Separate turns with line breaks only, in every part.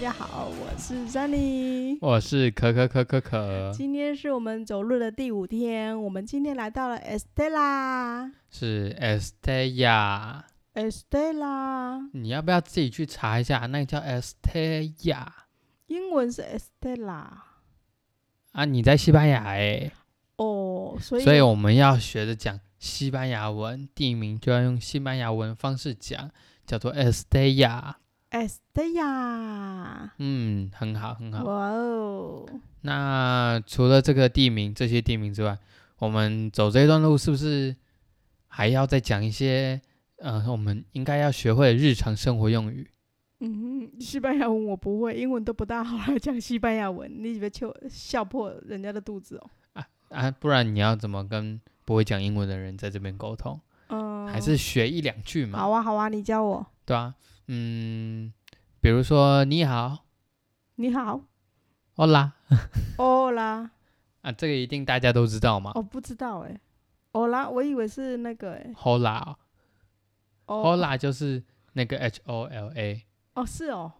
家好，我是 Sunny。
我是可可可可可，
今天是我们走路的第五天，我们今天来到了 Estella。
是 Estella。
Estella，
你要不要自己去查一下？那个叫 Estella
英文是 Estella。
啊，你在西班牙哎、
哦，所以
所以我们要学着讲西班牙文，地名就要用西班牙文方式讲，叫做 Estella。
Estella，
嗯，很好，很
哇
好。
哦，
那除了这个地名，这些地名之外，我们走这一段路是不是还要再讲一些？呃，我们应该要学会的日常生活用语。
嗯哼，西班牙文我不会，英文都不大好，还讲西班牙文，你以为笑笑破人家的肚子哦？
啊，不然你要怎么跟不会讲英文的人在这边沟通？
嗯，
还是学一两句嘛，
好啊好啊，你教我。
对啊，嗯，比如说你好
你好，
，Hola
哦啦，
啊，这个一定大家都知道嘛
哦不知道哎、哦啦，我以为是那个哎、
，Hola
哦
Hola 就是那个 H O L A，
哦是哦，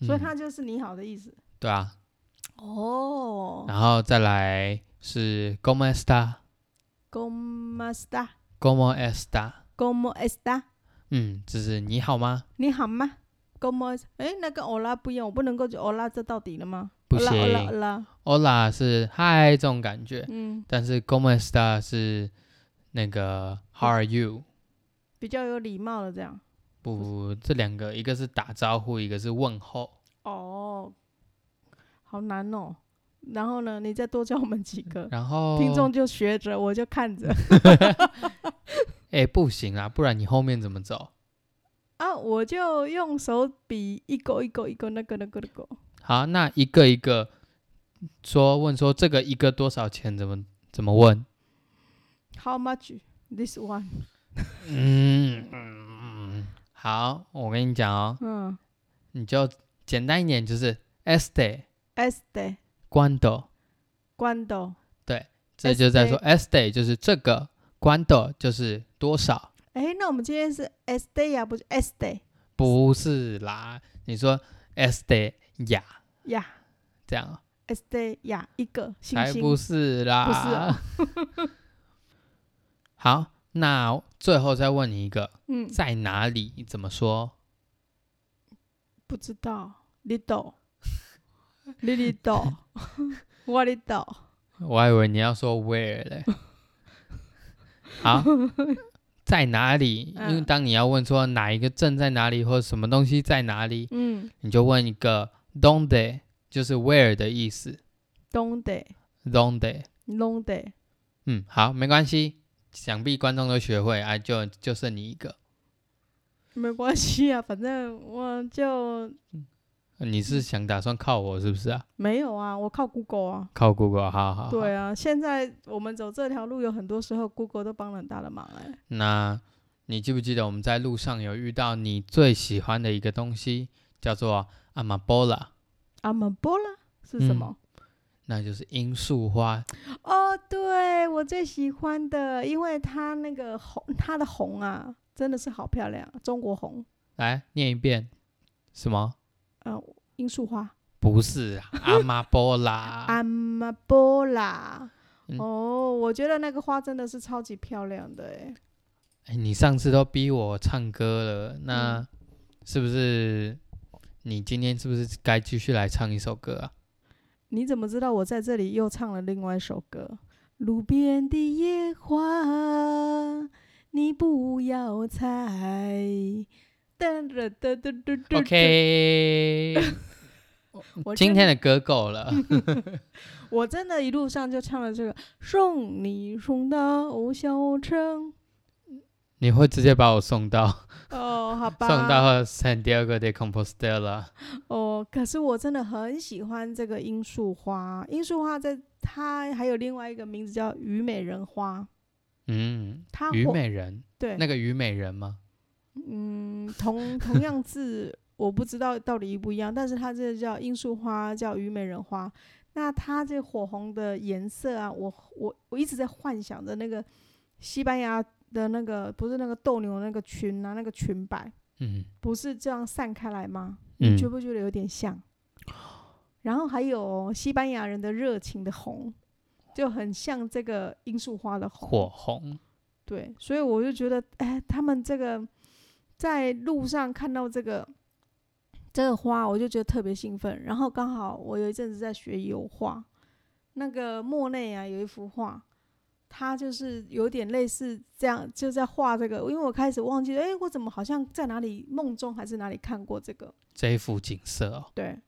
所以
嗯
它就是你好的意思。
对啊，
哦
然后再来是 Como está，Como
，Como está?
está，
Como está?
嗯，就是你好吗？
你好吗？Como 哎，那跟哦啦不一样，我不能够就哦啦这到底了吗？
不
Hola, hola,
行
hola，
，Hola 是嗨这种感觉，
嗯，
但是 Como está 是那个 How are you？
比较有礼貌的这样。
不，这两个一个是打招呼，一个是问候。
哦，好难哦。然后呢，你再多教我们几个，
然后
听众，就学着，我就看着
哎、不行啊，不然你后面怎么走？
啊，我就用手比一勾一勾一勾那个那个那个。
好，那一个一个说，问说这个一个多少钱？怎么怎么问？
How much this one？
嗯嗯，好，我跟你讲哦，
嗯
你就简单一点，就是 este
，este
cuando，
cuando
这就在说 este 就是这个，cuando 就是多少，
哎，那我们今天是 este 呀，不是 este
不是啦，你说 este 呀
呀
这样哦。
，este 呀，一个星
才
星。
不是啦！
不是啊
好，那最后再问你一个，
嗯，
在哪里？你怎么说？
不知道，little，你 little，我 little，
我还以为你要说 where 嘞。好，在哪里？因为
嗯
当你要问说哪一个镇在哪里，或者什么东西在哪里，
嗯
你就问一个 donde，就是 where 的意思。
，donde，londe，
donde，嗯，好，没关系，想必观众都学会，啊，就就剩你一个。
没关系啊，反正我就
你是想打算靠我是不是啊？
没有啊，我靠 Google 啊。
靠 Google，好好好。
对啊，现在我们走这条路，有很多时候 Google 都帮了很大的忙哎、
那你记不记得我们在路上有遇到你最喜欢的一个东西，叫做阿玛波拉，
阿门波拉是什
嗯
么？
那就是罂粟花。
哦，对我最喜欢的，因为它那个红，它的红啊，真的是好漂亮，中国红，
来念一遍，什么？
呃，罂粟花，
不是啊阿玛波拉，
阿玛波拉。
啊嗯
哦，我觉得那个花真的是超级漂亮的哎。
哎，你上次都逼我唱歌了，
嗯
那是不是你今天是不是该继续来唱一首歌啊？
你怎么知道我在这里又唱了另外一首歌？路边的野花，你不要采。噔噔噔噔噔噔
OK，
我
今
真
天的歌够了。
我真的一路上就唱了这个“送你送到小城
你会直接把我送到”。
哦，好吧。
送到 San Diego de Compostela。
哦，可是我真的很喜欢这个罂粟花。罂粟花在它还有另外一个名字叫虞美人花，
嗯，
它
虞
火
美人，
对，
那个虞美人吗？
嗯，同 同样字我不知道到底一不一样，但是它这个叫罂粟花，叫虞美人花。那它这火红的颜色啊，我我我一直在幻想着那个西班牙的那个不是那个斗牛那个裙啊，那个裙摆
嗯
不是这样散开来吗？你觉
嗯，
不觉得有点像？然后还有西班牙人的热情的红，就很像这个罂粟花的红。
火红，
对，所以我就觉得，哎，他们这个在路上看到这个这个花，我就觉得特别兴奋。然后刚好我有一阵子在学油画，那个莫内啊有一幅画，他就是有点类似这样，就在画这个。因为我开始忘记了，哎，我怎么好像在哪里梦中还是哪里看过这个？
这一幅景色哦，
对，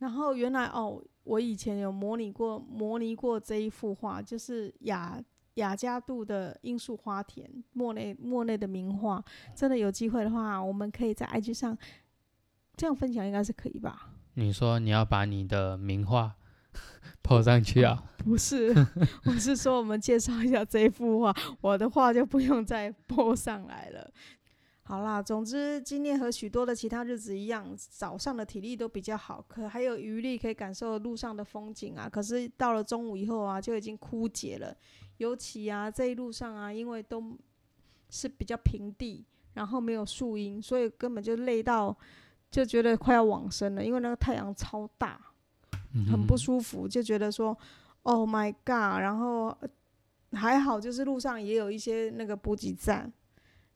然后原来哦，我以前有模拟过模拟过这一幅画，就是雅雅加杜的罂粟花田，莫内莫内的名画。真的有机会的话，我们可以在 IG 上这样分享，应该是可以吧？
你说你要把你的名画 抛上去啊？
不是， 我是说我们介绍一下这一幅画，我的画就不用再 播上来了。好啦，总之今天和许多的其他日子一样，早上的体力都比较好，可还有余力可以感受路上的风景啊。可是到了中午以后啊，就已经枯竭了。尤其啊这一路上啊，因为都是比较平地，然后没有树荫，所以根本就累到就觉得快要往生了，因为那个太阳超大。
嗯
很不
哼
舒服，就觉得说，Oh my god！然后呃还好，就是路上也有一些那个补给站，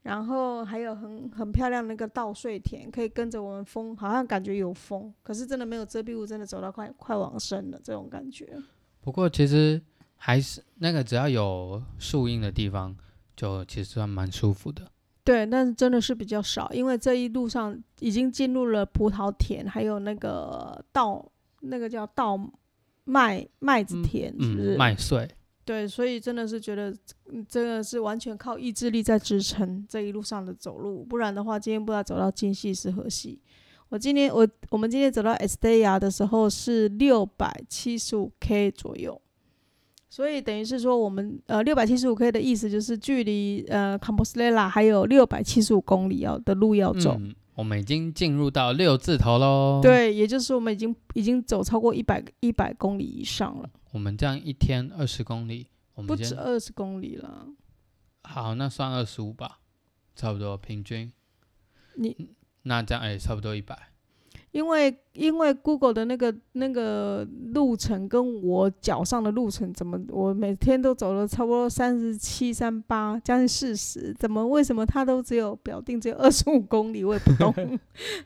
然后还有很很漂亮那个稻穗田，可以跟着我们风，好像感觉有风，可是真的没有遮蔽物，真的走到快快往生了这种感觉。
不过其实还是那个，只要有树荫的地方，就其实算蛮舒服的。
对，但是真的是比较少，因为这一路上已经进入了葡萄田，还有那个稻，那个叫稻麦麦子田，是不是？
嗯，麦穗，
对，所以真的是觉得，嗯真的是完全靠意志力在支撑这一路上的走路，不然的话，今天不知道走到京西是何西。我今天我我们今天走到 Estella 的时候是六百七十五 K 左右，所以等于是说我们呃六百七十五 K 的意思就是距离呃 Compostela 还有六百七十五公里要的路要走。
嗯，我们已经进入到六字头喽。，
对，也就是我们已经已经走超过一百一百公里以上了，
我们这样一天二十公里，我
不
们
止
先
二十公里了。
好，那算二十五吧，差不多平均。
你
那这样哎，差不多一百。
因为因为 Google 的那个那个路程跟我脚上的路程怎么，我每天都走了差不多三十七、三八，将近四十，怎么为什么它都只有表定只有二十五公里，我也不懂。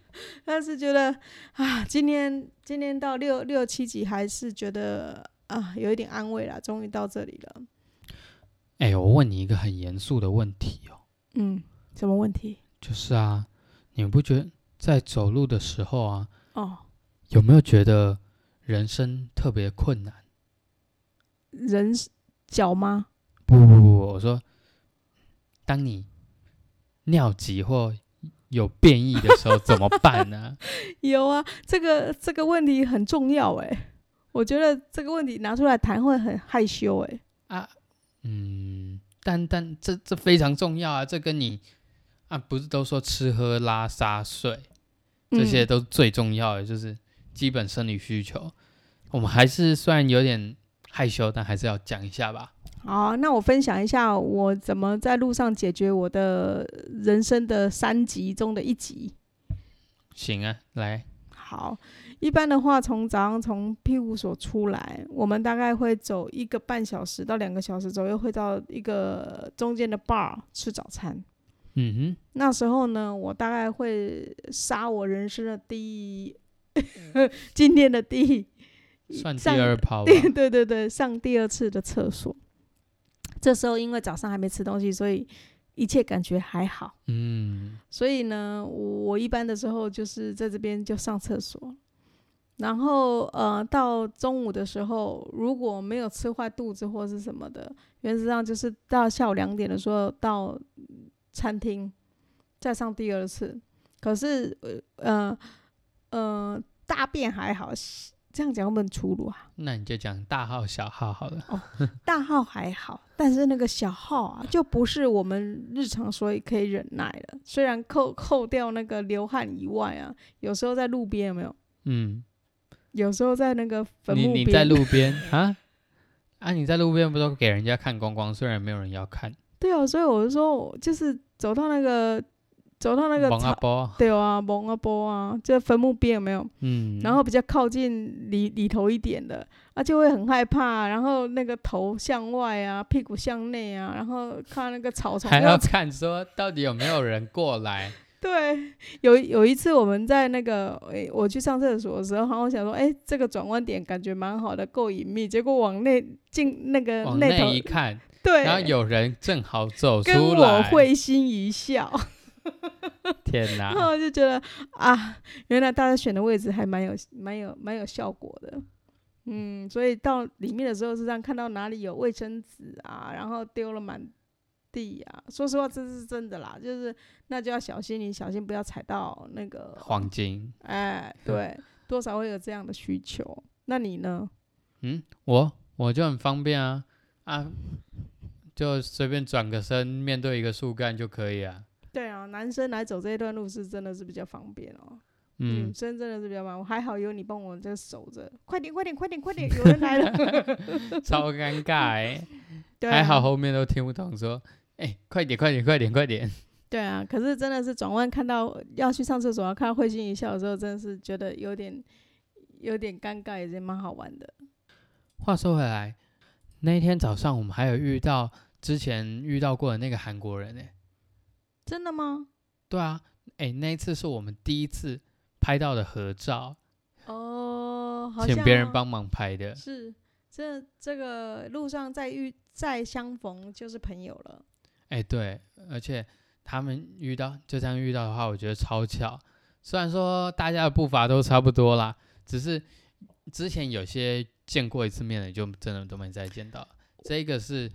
但是觉得啊，今天今天到六六七级还是觉得啊有一点安慰啦，终于到这里了。
哎，我问你一个很严肃的问题哦，
嗯，什么问题？
就是啊，你不觉得在走路的时候啊，
哦，
有没有觉得人生特别困难？
人脚吗？
不不不不，我说，当你尿急或有便意的时候怎么办呢、
有啊，这个这个问题很重要哎、我觉得这个问题拿出来谈会很害羞哎、
嗯，但但这这非常重要啊，这跟你啊不是都说吃喝拉撒睡这些
嗯
都最重要的，就是基本生理需求。我们还是虽然有点害羞，但还是要讲一下吧。
好，那我分享一下我怎么在路上解决我的人生的三级中的一级。
行啊，来，
好，一般的话，从早上从庇护所出来，我们大概会走一个半小时到两个小时左右，会到一个中间的 bar 吃早餐。
嗯
那时候呢，我大概会杀我人生的第一， 今天的第一
哼，算第
上
二炮吧。
对 对对对，上第二次的厕所。这时候因为早上还没吃东西，所以一切感觉还好。
嗯，
所以呢，我一般的时候就是在这边就上厕所，然后呃，到中午的时候如果没有吃坏肚子或是什么的，原则上就是到下午两点的时候到餐厅再上第二次。可是呃呃呃，大便还好，这样讲会不会很粗鲁啊？
那你就讲大号小号好了。
大号还好，但是那个小号啊，就不是我们日常所以可以忍耐的。虽然扣扣掉那个流汗以外啊，有时候在路边有没有？
嗯。
有时候在那个坟
你
墓
你
边，
在路边 啊啊！你在路边不都给人家看光光？虽然没有人要看，
对啊，所以我就说，就是走到那个走到那个
蒙阿
草，
波，
对啊，蒙阿波啊，这坟墓边有没有？
嗯，
然后比较靠近里里头一点的，啊，就会很害怕，然后那个头向外啊，屁股向内啊，然后看那个草丛
还
要
要看说到底有没有人过来，
对，有有一次我们在那个，诶、我去上厕所的时候，然后我想说，诶、这个转弯点感觉蛮好的，够隐秘。结果往内进 那个
往
内头
内一，看，
对，
然后有人正好走
跟
出
我
来，啊
会心一笑，
天
然
哪！
后就觉得啊，原来大家选的位置还蛮有、蛮有、蛮有效果的。嗯，所以到里面的时候，是让看到哪里有卫生纸啊，然后丢了满地啊。说实话，这是真的啦，就是那就要小心，你小心不要踩到那个
黄金，
哎，对，多少会有这样的需求。那你呢？
嗯，我我就很方便啊啊，就随便转个身，面对一个树干就可以啊。
对啊，男生来走这一段路是真的是比较方便哦。
嗯
女，生真的是比较忙，我还好有你帮我这个守着，快点，快点，快点，快点，有人来 了。
超尴尬欸
嗯 对、啊
还好。后面都听不懂说，哎、快点，快点，快点，快点。
对啊，可是真的是转弯看到要去上厕所，看到会心一笑的时候，真的是觉得有点有点尴尬，也是蛮好玩的。
话说回来，那一天早上我们还有遇到之前遇到过的那个韩国人哎、
真的吗？
对啊，哎、那一次是我们第一次拍到的合照，
哦，好像
请别人
哦
帮忙拍的。
是，这这个路上再遇再相逢就是朋友了。
哎、对，而且他们遇到就这样遇到的话，我觉得超巧。虽然说大家的步伐都差不多啦，只是之前有些见过一次面的，就真的都没再见到。这个是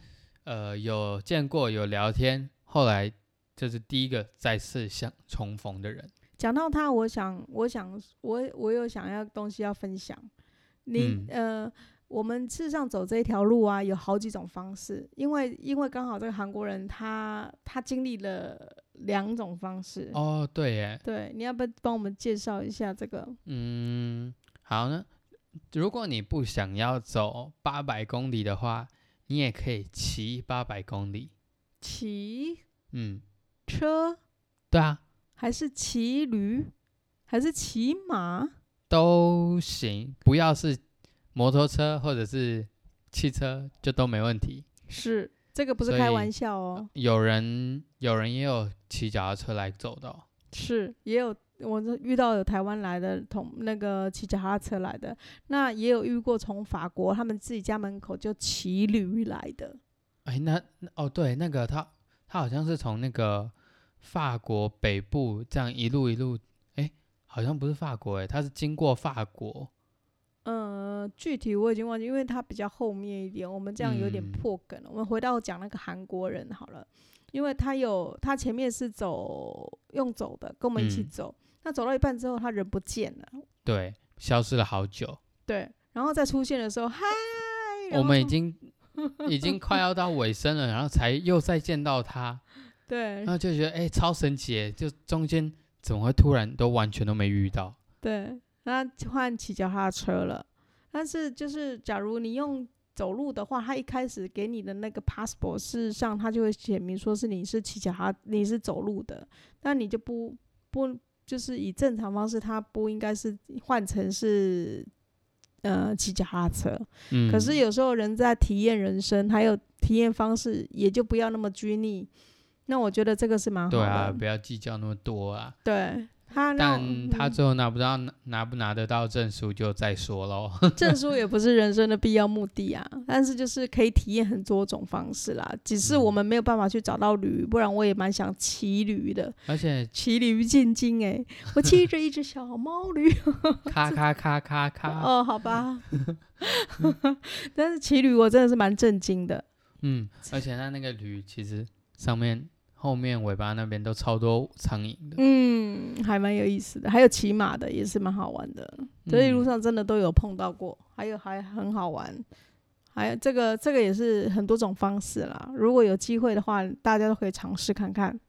呃有见过有聊天，后来就是第一个再次相重逢的人。
讲到他，我想，我想，我我有想要东西要分享。你、
嗯
呃，我们事实上走这一条路啊，有好几种方式，因为因为刚好这个韩国人他他经历了两种方式。
哦，对耶，
对，你要不要帮我们介绍一下这个？
嗯，好呢。如果你不想要走八百公里的话，你也可以骑八百公里。
骑
嗯，
车
对啊，
还是骑驴，还是骑马？
都行，不要是摩托车或者是汽车就都没问题。
是这个不是
所
开
以
玩笑哦。
有人有人也有骑脚踏车来走的哦、
是，也有我这遇到有台湾来的同那个骑脚踏车来的，那也有遇过从法国他们自己家门口就骑驴来的。
哎，那那哦对，那个他他好像是从那个法国北部这样一路一路，哎，好像不是法国哎，他是经过法国，
呃，具体我已经忘记，因为它比较后面一点，我们这样有点
嗯
破梗了。我们回到讲那个韩国人好了，因为他有他前面是走用走的，跟我们一起
嗯
走。那走到一半之后，他人不见了，
对，消失了好久。
对，然后再出现的时候，嗨，哎然
我
后
们已
就
经 已经快要到尾声了，然后才又再见到他，
对
然后就觉得哎、超神奇耶，就中间怎么会突然都完全都没遇到？
对，那换骑脚踏车了。但是就是，假如你用走路的话，他一开始给你的那个 passport，事实上他就会写明说是你是骑脚踏，你是走路的，那你就不不就是以正常方式，他不应该是换成是呃骑脚踏车。
嗯，
可是有时候人在体验人生，还有体验方式，也就不要那么拘泥。那我觉得这个是蛮好的。
对啊，不要计较那么多啊。
对他那种，
但他
嗯
最后拿不到拿不拿得到证书就再说喽。
证书也不是人生的必要目的啊，但是就是可以体验很多种方式啦。只是我们没有办法去找到驴，不然我也蛮想骑驴的，
而且
骑驴进京哎、我骑着一只小毛驴。
咔咔咔咔咔，
哦，好 嗯吧，但是骑驴我真的是蛮震惊的。
嗯，而且他那个驴其实上面后面尾巴那边都超多苍蝇的。
嗯，还蛮有意思的，还有骑马的也是蛮好玩的，所以路
嗯
上真的都有碰到过，还有还很好玩，还有这个这个也是很多种方式啦。如果有机会的话，大家都可以尝试看看。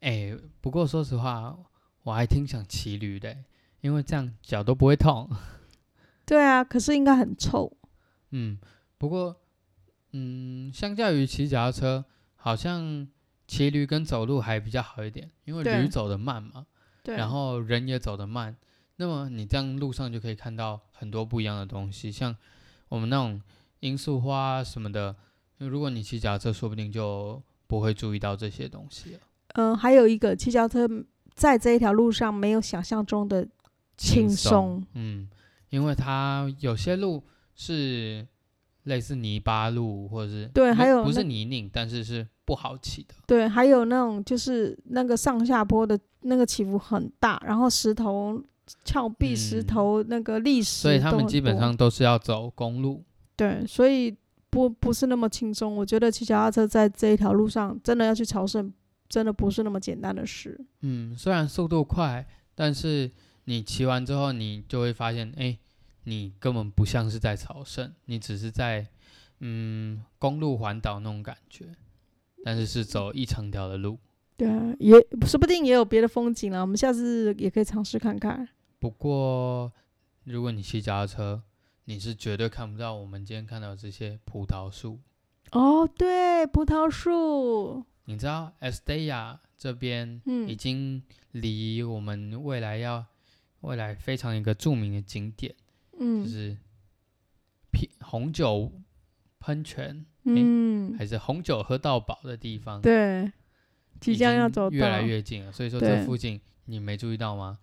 哎、不过说实话，我还挺想骑驴的，因为这样脚都不会痛。
对啊，可是应该很臭。
嗯，不过，嗯，相较于骑脚踏车，好像骑驴跟走路还比较好一点，因为
对
驴走得慢嘛，
对，
然后人也走得慢，那么你这样路上就可以看到很多不一样的东西，像我们那种罂粟花什么的，如果你骑脚踏车，说不定就不会注意到这些东西了。
嗯、还有一个骑脚踏车在这一条路上没有想象中的轻松，
嗯，因为它有些路是类似泥巴路，或者是
对
没
还有
不是
那
泥泞，但是是不好骑的。
对，还有那种就是那个上下坡的那个起伏很大，然后石头峭壁、石
嗯
头那个砾石都
所以
很多，
他们基本上都是要走公路。
对，所以不不是那么轻松。我觉得骑脚踏车在这一条路上，真的要去朝圣，真的不是那么简单的事。
嗯，虽然速度快，但是你骑完之后，你就会发现，哎，你根本不像是在朝圣，你只是在嗯公路环岛那种感觉，但是是走一长条的路。
对啊，也说不定也有别的风景了。我们下次也可以尝试看看。
不过，如果你骑脚踏车，你是绝对看不到我们今天看到的这些葡萄树。
哦，对，葡萄树，
你知道 Estella 这边已
嗯，
经离我们未来要未来非常一个著名的景点，就
嗯
是啤红酒喷泉
嗯，
还是红酒喝到饱的地方，
对，即
已
将要
经
走到，
越来越近了。所以说
对
这附近你没注意到吗？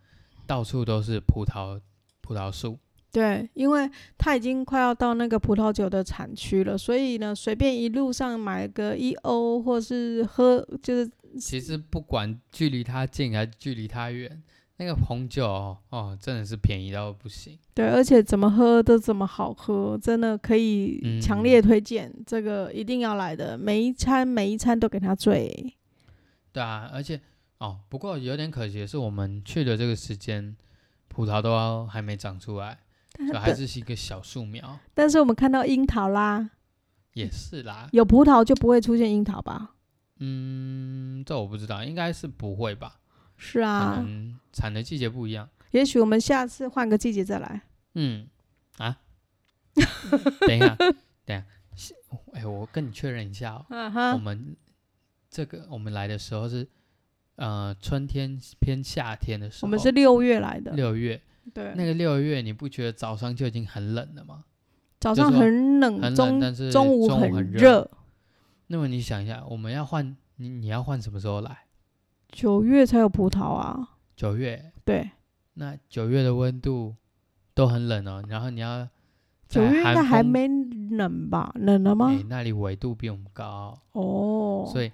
到处都是葡萄葡萄树。
对，因为它已经快要到那个葡萄酒的产区了，所以呢，随便一路上买个一欧，或是喝，就是
其实不管距离它近还是距离它远，那个红酒哦哦真的是便宜到不行。
对，而且怎么喝都怎么好喝，真的可以强
嗯
烈推荐，这个一定要来的，每一餐每一餐都给它醉。
对啊，而且哦，不过有点可惜的是，我们去的这个时间，葡萄都要还没长出来，就还
但
是是一个小树苗。
但是我们看到樱桃啦，
也是啦，
有葡萄就不会出现樱桃吧？
嗯，这我不知道，应该是不会吧？
是
可
啊，
能产的季节不一样。
也许我们下次换个季节再来。
嗯，啊， 等一下，等一下，是哎，我跟你确认一下哦，
嗯
我
哼，
们这个我们来的时候是呃春天偏夏天的时
我
候，
们是六月来的，
六月，
对，
那个六月你不觉得早上就已经很冷了吗？
早
就
上
说
很
很
冷，
冷
中
但是
中午
中午很
很
热，那么你想一下，我们要换你你要换什么时候来？
九月才有葡萄啊。
九月，
对，
那九月的温度都很冷哦，然后你要
九月应该
寒
还
风
没冷吧？冷了吗？
哎，那里纬度比我们高，
哦，
所以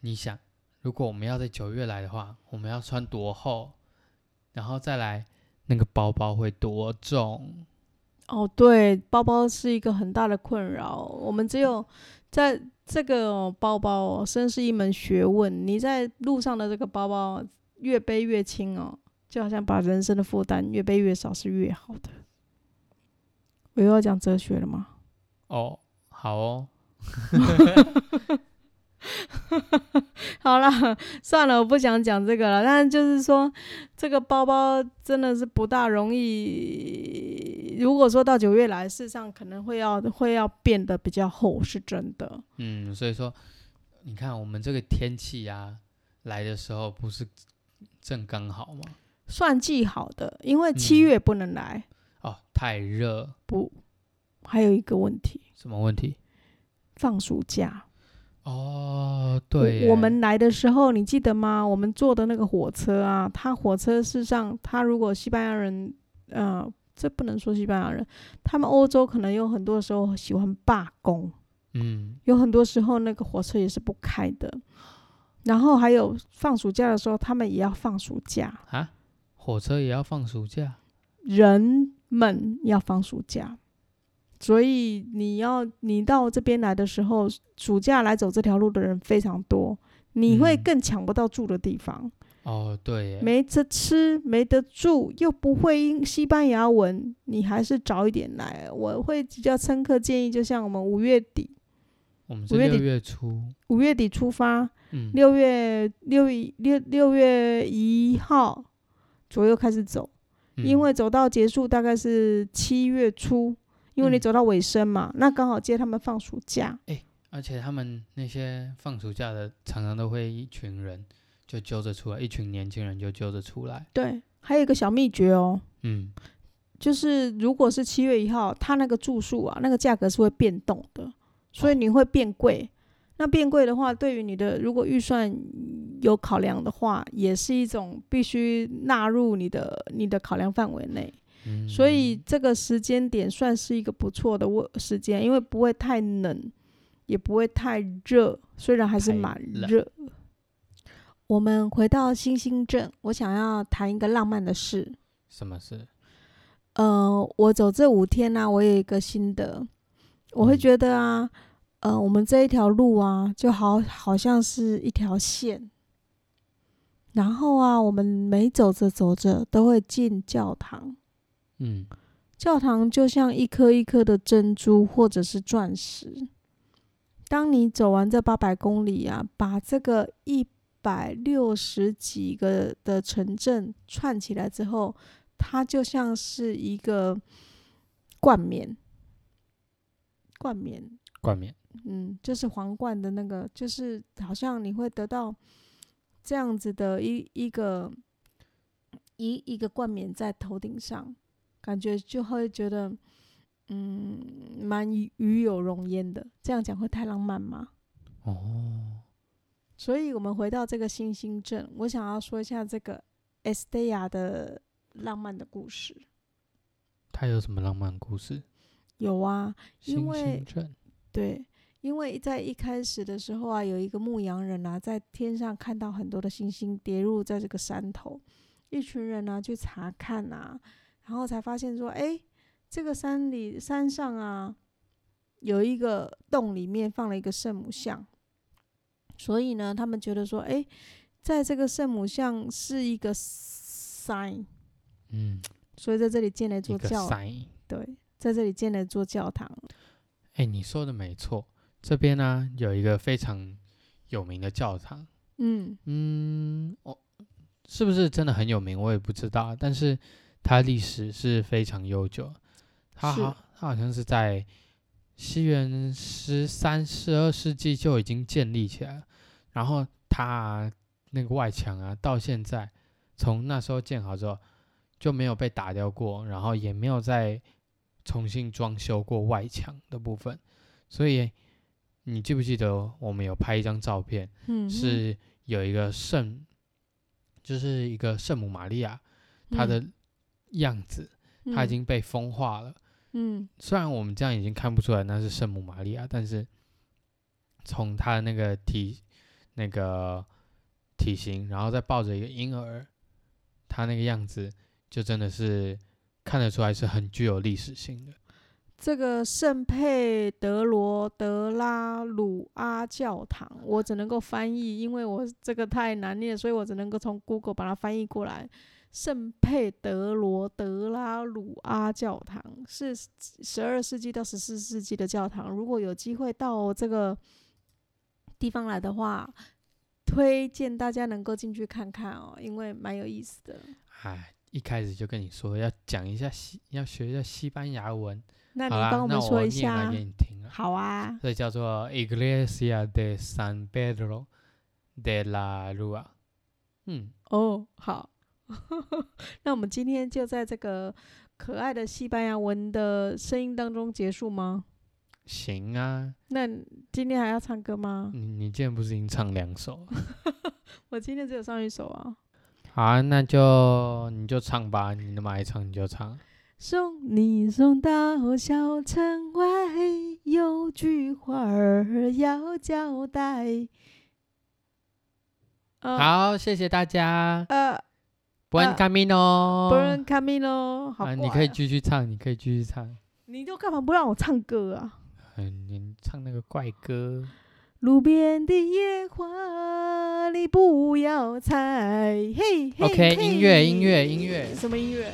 你想，如果我们要在九月来的话，我们要穿多厚，然后再来那个包包会多重？
哦，对，包包是一个很大的困扰。我们只有在这个哦包包哦，真是一门学问。你在路上的这个包包越背越轻哦，就好像把人生的负担越背越少是越好的。我又要讲哲学了吗？
哦，好哦，
好啦，算了，我不想讲这个了。但就是说，这个包包真的是不大容易。如果说到九月来，事实上可能会要会要变得比较厚，是真的。
嗯，所以说，你看我们这个天气啊，来的时候不是正刚好吗？
算计好的，因为七
嗯
月不能来。
哦，太热，
不，还有一个问题，
什么问题？
放暑假。
哦，
我
对
我
耶
们来的时候，你记得吗？我们坐的那个火车啊，它火车事实上，它如果西班牙人，呃，这不能说西班牙人，他们欧洲可能有很多时候喜欢罢工，
嗯，
有很多时候那个火车也是不开的。然后还有放暑假的时候，他们也要放暑假，
啊，火车也要放暑假，
人们要放暑假，所以你要你到这边来的时候，暑假来走这条路的人非常多，你会
嗯
更抢不到住的地方，
哦，对耶，
没得吃，没得住，又不会英西班牙文，你还是早一点来。我会比较深刻建议，就像我们五月底，
我们是
五月底
六月初，
五月底出发，
嗯，
六月六一六六月一号左右开始走。因
嗯
为走到结束大概是七月初，因为你
嗯
走到尾声嘛，那刚好接他们放暑假。
而且他们那些放暑假的，常常都会一群人就揪着出来，一群年轻人就揪着出来。
对，还有一个小秘诀哦，
嗯，
就是如果是七月一号，它那个住宿啊，那个价格是会变动的，所以你会变贵。那变贵的话，对于你的如果预算有考量的话，也是一种必须纳入你的你的考量范围内。
嗯
所以这个时间点算是一个不错的我时间，因为不会太冷，也不会太热，虽然还是
太
蛮
冷
热。我们回到星星镇，我想要谈一个浪漫的事。
什么事？
呃，我走这五天呢、我有一个心得，我会
嗯
觉得啊，呃，我们这一条路啊，就好好像是一条线，然后啊，我们每走着走着都会进教堂，
嗯，
教堂就像一颗一颗的珍珠或者是钻石。当你走完这八百公里啊，把这个一百六十几个的城镇串起来之后，它就像是一个冠冕，冠冕，
冠冕。
嗯，就是皇冠的那个，就是好像你会得到这样子的一一个一一个冠冕在头顶上，感觉就会觉得嗯蛮与有荣焉的。这样讲会太浪漫吗？
哦，
所以我们回到这个星星镇，我想要说一下这个 s t 亚的浪漫的故事。
它有什么浪漫故事？
有啊，因
星
为
星镇。
对，因为在一开始的时候啊，有一个牧羊人啊，在天上看到很多的星星跌入在这个山头，一群人呢、去查看啊，然后才发现说，哎，这个山里山上啊，有一个洞里面放了一个圣母像，所以呢，他们觉得说，哎，在这个圣母像是一个 sign，
嗯，
所以在这里建了一
一
座
个
教，
sign。
对，在这里建了一座教堂，
哎，你说的没错，这边呢、有一个非常有名的教堂，
嗯，
嗯，哦，是不是真的很有名？我也不知道，但是它历史是非常悠久，它
是
好，它好像是在西元十三、十二世纪就已经建立起来了，然后它啊、那个外墙啊，到现在从那时候建好之后就没有被打掉过，然后也没有再重新装修过外墙的部分，所以你记不记得我们有拍一张照片？
嗯
是有一个圣，就是一个圣母玛利亚，她
嗯
的样子，她
嗯
已经被风化了。
嗯
虽然我们这样已经看不出来那是圣母玛利亚，但是从她的那个体那个体型，然后再抱着一个婴儿，她那个样子就真的是看得出来是很具有历史性的。
这个圣佩德罗德拉鲁阿教堂，我只能够翻译，因为我这个太难念，所以我只能够从 Google 把它翻译过来。圣佩德罗德拉鲁阿教堂是十二世纪到十四世纪的教堂。如果有机会到这个地方来的话，推荐大家能够进去看看哦，因为蛮有意思的。
哎，一开始就跟你说要讲一下西，要学一下西班牙文。
那你
好啦，
帮我
那
们说一
念来
下，
给你听啊。
好啊，
这叫做 Iglesia de San Pedro de la Rua。嗯，
哦，好， 那我们今天就在这个可爱的西班牙文的声音当中结束吗？
行啊，
那今天还要唱歌吗？
你你今天不是已经唱两首了？
我今天只有上一首啊，
好啊，那就你就唱吧，你那么爱唱你就唱。
送你送到小城外，有句话儿要交代。呃，
好，谢谢大家
呃
，Buen
呃
camino。
，Buen Camino，好、
哦啊，你可以，继续唱，你可以继续唱。
你都干嘛不让我唱歌啊？
嗯，你唱那个怪歌。
路边的野花，你不要采。嘿嘿嘿
OK，哦音乐音乐音乐
什么音乐？